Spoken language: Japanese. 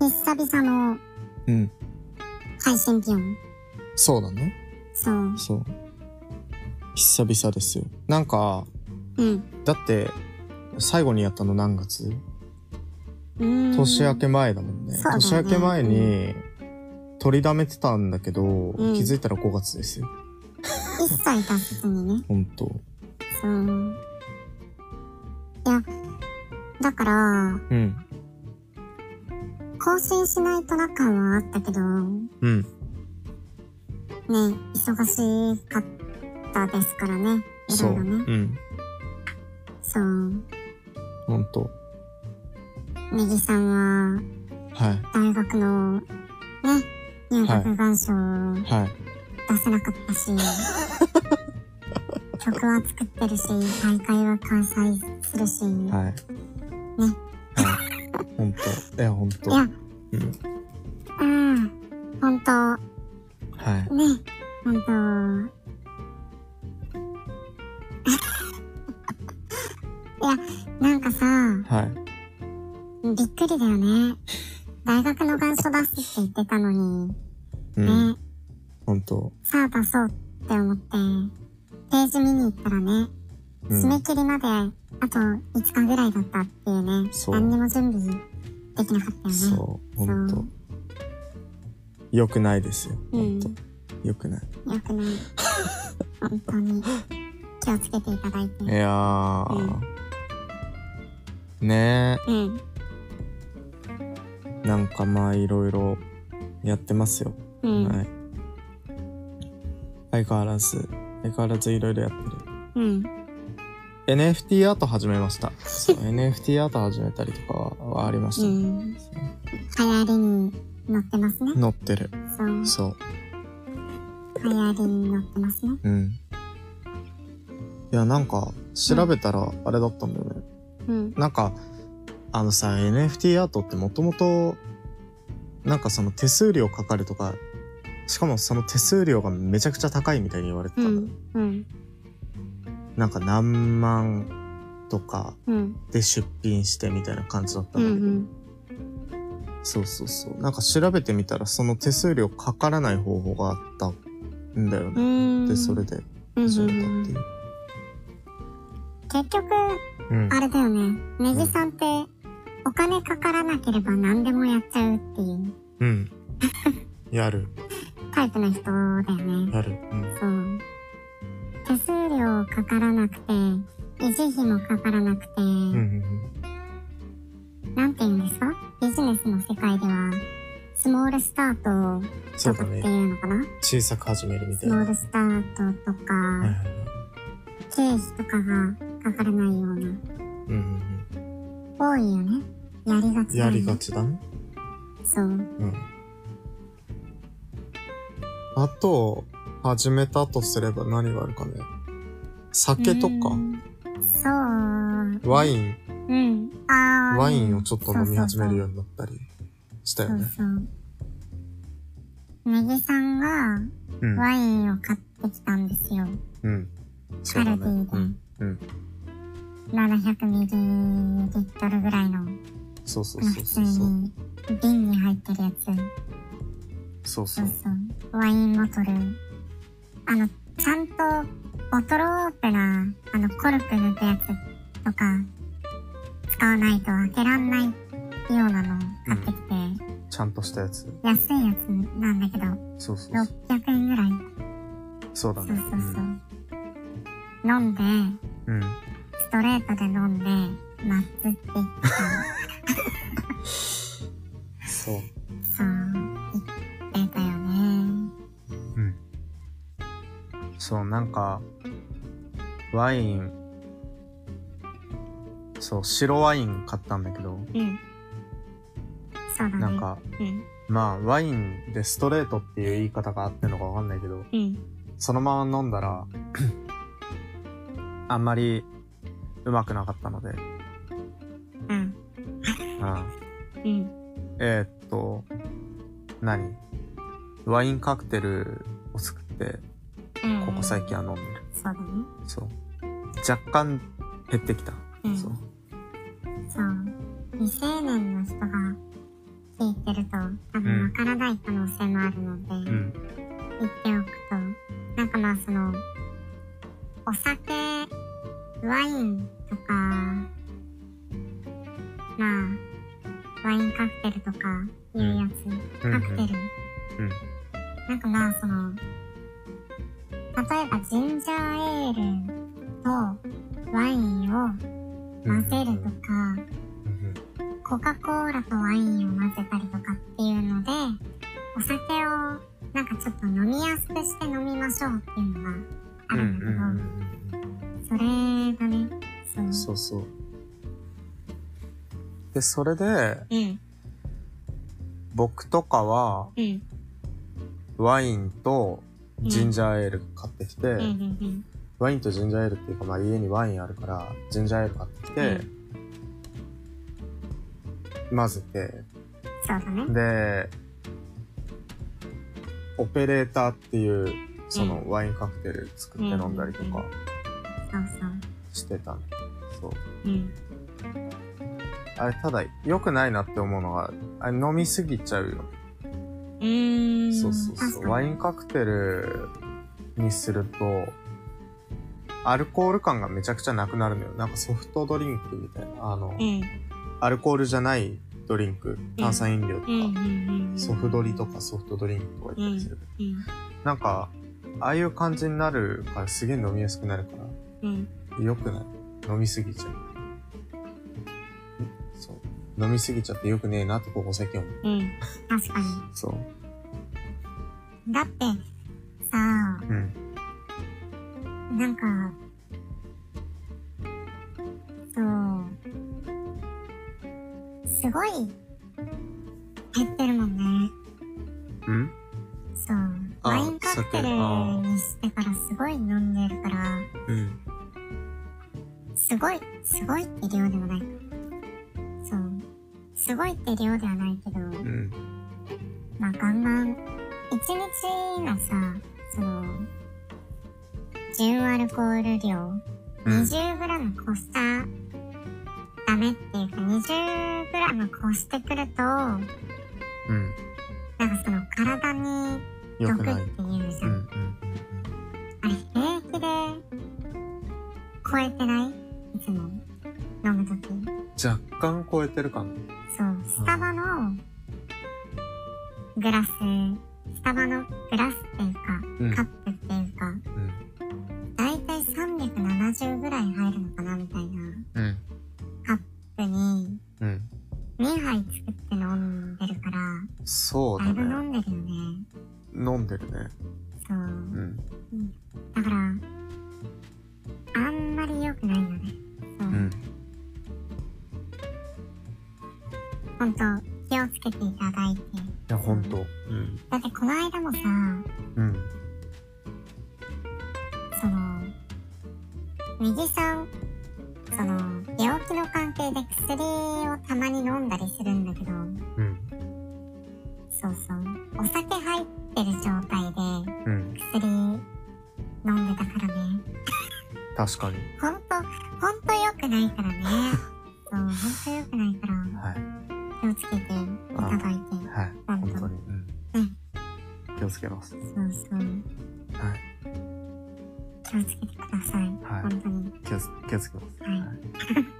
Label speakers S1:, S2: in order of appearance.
S1: 々の
S2: うん。
S1: 配信ピョン。
S2: そうだね。
S1: そう。
S2: そう。久々ですよ。なんか、
S1: うん。
S2: だって、最後にやったの何月
S1: うん
S2: 年明け前だもんね。
S1: そうだね
S2: 年明け前に、取りだめてたんだけど、
S1: ん
S2: 気づいたら5月ですよ。
S1: 一切出せずにね。
S2: ほんと。
S1: そう。いや、だから、
S2: うん。
S1: 更新しないとな感はあったけど、ね、
S2: うん。
S1: 忙しかったですからね。い
S2: そ
S1: ろ
S2: う。
S1: いろね。
S2: うん。
S1: そう。
S2: ほんと。
S1: ネギさんは、
S2: はい。
S1: 大学の、ね、入学願書を
S2: はい。
S1: 出せなかったし、曲は作ってるし、大会は開催するし、
S2: はい。
S1: ね
S2: はい。ほんと。いや、ほんと。
S1: いや
S2: うん。
S1: うん、本当
S2: はい。
S1: ね、本当いや、なんかさ、
S2: はい。
S1: びっくりだよね。大学の願書出すって言ってたのに、
S2: う
S1: ね、
S2: ん。ほんと。
S1: さあ出そうって思って、ページ見に行ったらね、
S2: う
S1: 締め
S2: ん。
S1: 切りまであと5日ぐらいだったっていうね、
S2: そう
S1: 何にも準備できなかったよね。
S2: そう。ほん
S1: そ
S2: と
S1: う。
S2: よくないですよ。ほんと
S1: うん。
S2: よくない。
S1: よくない。本当に。気をつけていただいて。
S2: いやー。ね
S1: うん。
S2: え。なんかまあ、いろいろやってますよ。
S1: うん。
S2: はい。相変わらず、相変わらずいろいろやってる。
S1: うん。
S2: NFT アート始めました。そう NFT アート始めたりとかはありまし
S1: う
S2: たね。
S1: ん。流行りに乗ってますね。
S2: 乗ってる。
S1: そう。流
S2: そう。
S1: 行りに乗ってますね。
S2: うん。いや、なんか、調べたらあれだったんだよね。
S1: うん。
S2: なんか、あのさ、NFT アートってもともと、なんかその手数料かかるとか、しかもその手数料がめちゃくちゃ高いみたいに言われて
S1: う
S2: たんだよ、
S1: ん。うん。
S2: なんか何万とか
S1: うん。
S2: で出品してみたいな感じだった
S1: うんん。
S2: だ
S1: う
S2: けど、
S1: ん。
S2: そうそうそう。なんか調べてみたら、その手数料かからない方法があったんだよ
S1: う
S2: ね。
S1: ん。
S2: で、それで
S1: うん
S2: 始
S1: うんう
S2: めたってい
S1: ん
S2: う。
S1: 結局、
S2: うん。
S1: あれだよね。ネギさんって、お金かからなければ何でもやっちゃうっていう
S2: うん。やる、
S1: タイプの人だよね。
S2: やる。うん。
S1: そう。手数料かからなくて、維持費もかからなくて、
S2: うん。
S1: なんて言うんですかビジネスの世界では、スモールスタートを
S2: そ
S1: とか
S2: うだ
S1: ってい
S2: ね。
S1: うのかな、
S2: 小さく始めるみた
S1: ス
S2: いな。
S1: モ
S2: はい
S1: ールスタートとか、
S2: はいはい。
S1: 経費とかがかからないような、
S2: うんうん
S1: 多いよね。やりが
S2: うん。
S1: ちだ
S2: や
S1: よね、
S2: りがちだね。
S1: そう。
S2: うん。あと、始めたとすれば何があるかね。酒とか
S1: う、んそう。
S2: ワイン、
S1: うん。あー
S2: ワインをちょっと飲み始めるようになったりした
S1: そう
S2: よ
S1: そうそうそ
S2: ね。
S1: うそう。ネギさんが、
S2: うん。
S1: ワインを買ってきたんですよ。
S2: うん。
S1: カルディで
S2: うん。うん。
S1: 700ミリリットルぐらいの、
S2: そうそう
S1: まあ
S2: そ
S1: 普
S2: う
S1: 通
S2: そうそう。
S1: に瓶に入ってるやつ。
S2: そうそ
S1: そうう。そう。ワインボトル。あの、ちゃんとボトルオープナー、あの、コルク塗ったやつとか、使わないと開けらんないようなのを買ってきて、
S2: ちゃんとしたやつ。
S1: 安いやつなんだけど、
S2: そうそうそう。
S1: 600円ぐらい。
S2: そうだ
S1: そう
S2: ね。
S1: そうそう。飲んで、
S2: うん。うん
S1: ストレートで飲んで、ナッツって言ってた。
S2: そう。
S1: そう、言ってたよね。
S2: うん。そう、なんか、ワイン、そう、白ワイン買ったんだけど、
S1: うん。そうだね。
S2: なん、か、
S1: うん、
S2: まあ、ワインでストレートっていう言い方があってんのかわかんないけど、
S1: うん、
S2: そのまま飲んだら、 あんまり、うまくなかったので、
S1: うん、
S2: うん。
S1: うん、
S2: えーっと、何ワインカクテルを作って、
S1: うん。
S2: ここ最近は飲んでる。
S1: そうだね。
S2: そう。若干減ってきた。
S1: うん
S2: そう。
S1: そう。未成年の人が、開言ってると多分わからない可能性もあるので、
S3: うん。
S1: 言っておくとなんかまあそのお酒ワインとかまあワインカクテルとかいうやつ、
S3: うん
S1: カクテル、
S3: うん
S1: なんかまあその例えばジンジャーエールとワインを
S3: うん
S1: 混ぜるとか、
S3: うん
S1: コカ・コーラとワインを混ぜたりとかっていうのでお酒をなんかちょっと飲みやすくして飲みましょうっていうのがあ
S3: うんうん
S1: るんだけど、それがねそう
S2: うんそうそう。で、それで、
S1: うん
S2: 僕とかは、
S1: うん
S2: ワインとジンジャーエール買ってきて、
S1: うんうん
S2: ワインとジンジャーエールっていうか、まあ家にワインあるから、ジンジャーエール買ってきて、混ぜて、
S1: そうだね
S2: で、オペレーターっていう、そのワインカクテル作って飲んだりとか
S1: そうそう
S2: してたの。そう。
S1: うん
S2: あれ、ただ、良くないなって思うのが、あれ飲みすぎちゃうよね。
S1: うーん
S2: そうそう
S1: 確
S2: そ
S1: か
S2: う。
S1: に
S2: ワインカクテルにすると、アルコール感がめちゃくちゃなくなるのよ。なんかソフトドリンクみたいな。あの、アルコールじゃないドリンク、炭酸飲料とか、
S1: うんうんうんうん
S2: ソフドリとかソフトドリンクとか言ったりする。
S1: うん
S2: なんか、ああいう感じになるからすげえ飲みやすくなるから、
S1: うん
S2: 良くない。飲みすぎちゃう。そう。飲みすぎちゃって良くねえなってここ最近思う。
S1: うん確か
S2: そう。
S1: にだってさあ
S2: うん。
S1: なんか、そう、すごい減ってるもんね。
S2: うん
S1: そう。
S2: あ
S1: ワインカクテル
S2: 酒あー
S1: にしてからすごい飲んでるから、
S2: うん。
S1: すごい、すごいって量ではないか。そう。すごいって量ではないけど、
S2: うん。
S1: まあガンガン、一日がさ、その、純アルコール量、
S2: うん。
S1: 20g 越したらダメっていうか 20g 越してくるとなんか
S2: うん。
S1: その体に
S2: 良
S1: 毒
S2: くない
S1: っ。ていうじ
S2: う
S1: ゃ
S2: ん
S1: ん、
S2: うん
S1: あれ平気で超えてないいつも飲む時
S2: 若干超えてるかな。
S1: そうスタバのグラススタバのグラスっていうか
S2: うん
S1: カップっていうかだいたい370ぐらい入るのかなみたいな
S2: うん。
S1: ふうに
S2: うん。
S1: 2杯作って飲んでるから
S2: そう
S1: だい
S2: だ
S1: ぶ飲
S2: ね。
S1: んでるよね。
S2: 飲んでるね。
S1: そうう。
S2: ん。
S1: だから、あんまり良くないよね。そう。
S2: うん。
S1: ほんと、気をつけていただいて。
S2: いや、ほんと。うん。
S1: だってこの間もさ、
S2: うん。
S1: その、右さん、その、病気の関係で薬をたまに飲んだりするんだけど、
S2: うん。
S1: そうそう。お酒入ってる状態で
S2: うん。
S1: 薬飲んでたからね。
S2: 確かに。
S1: ほんと、ほんと良くないからね。そう、ほんと良くないから。
S2: はい。
S1: 気をつけていただいて。
S2: はい。
S1: 本
S2: 本
S1: 当
S2: 当
S1: そう
S2: に。うん
S1: うん。
S2: 気をつけます。
S1: そう。
S2: はい。
S1: 気をつけてください。
S2: はい
S1: 本当に。
S2: 気をつ、気をつけます。
S1: はい
S2: はい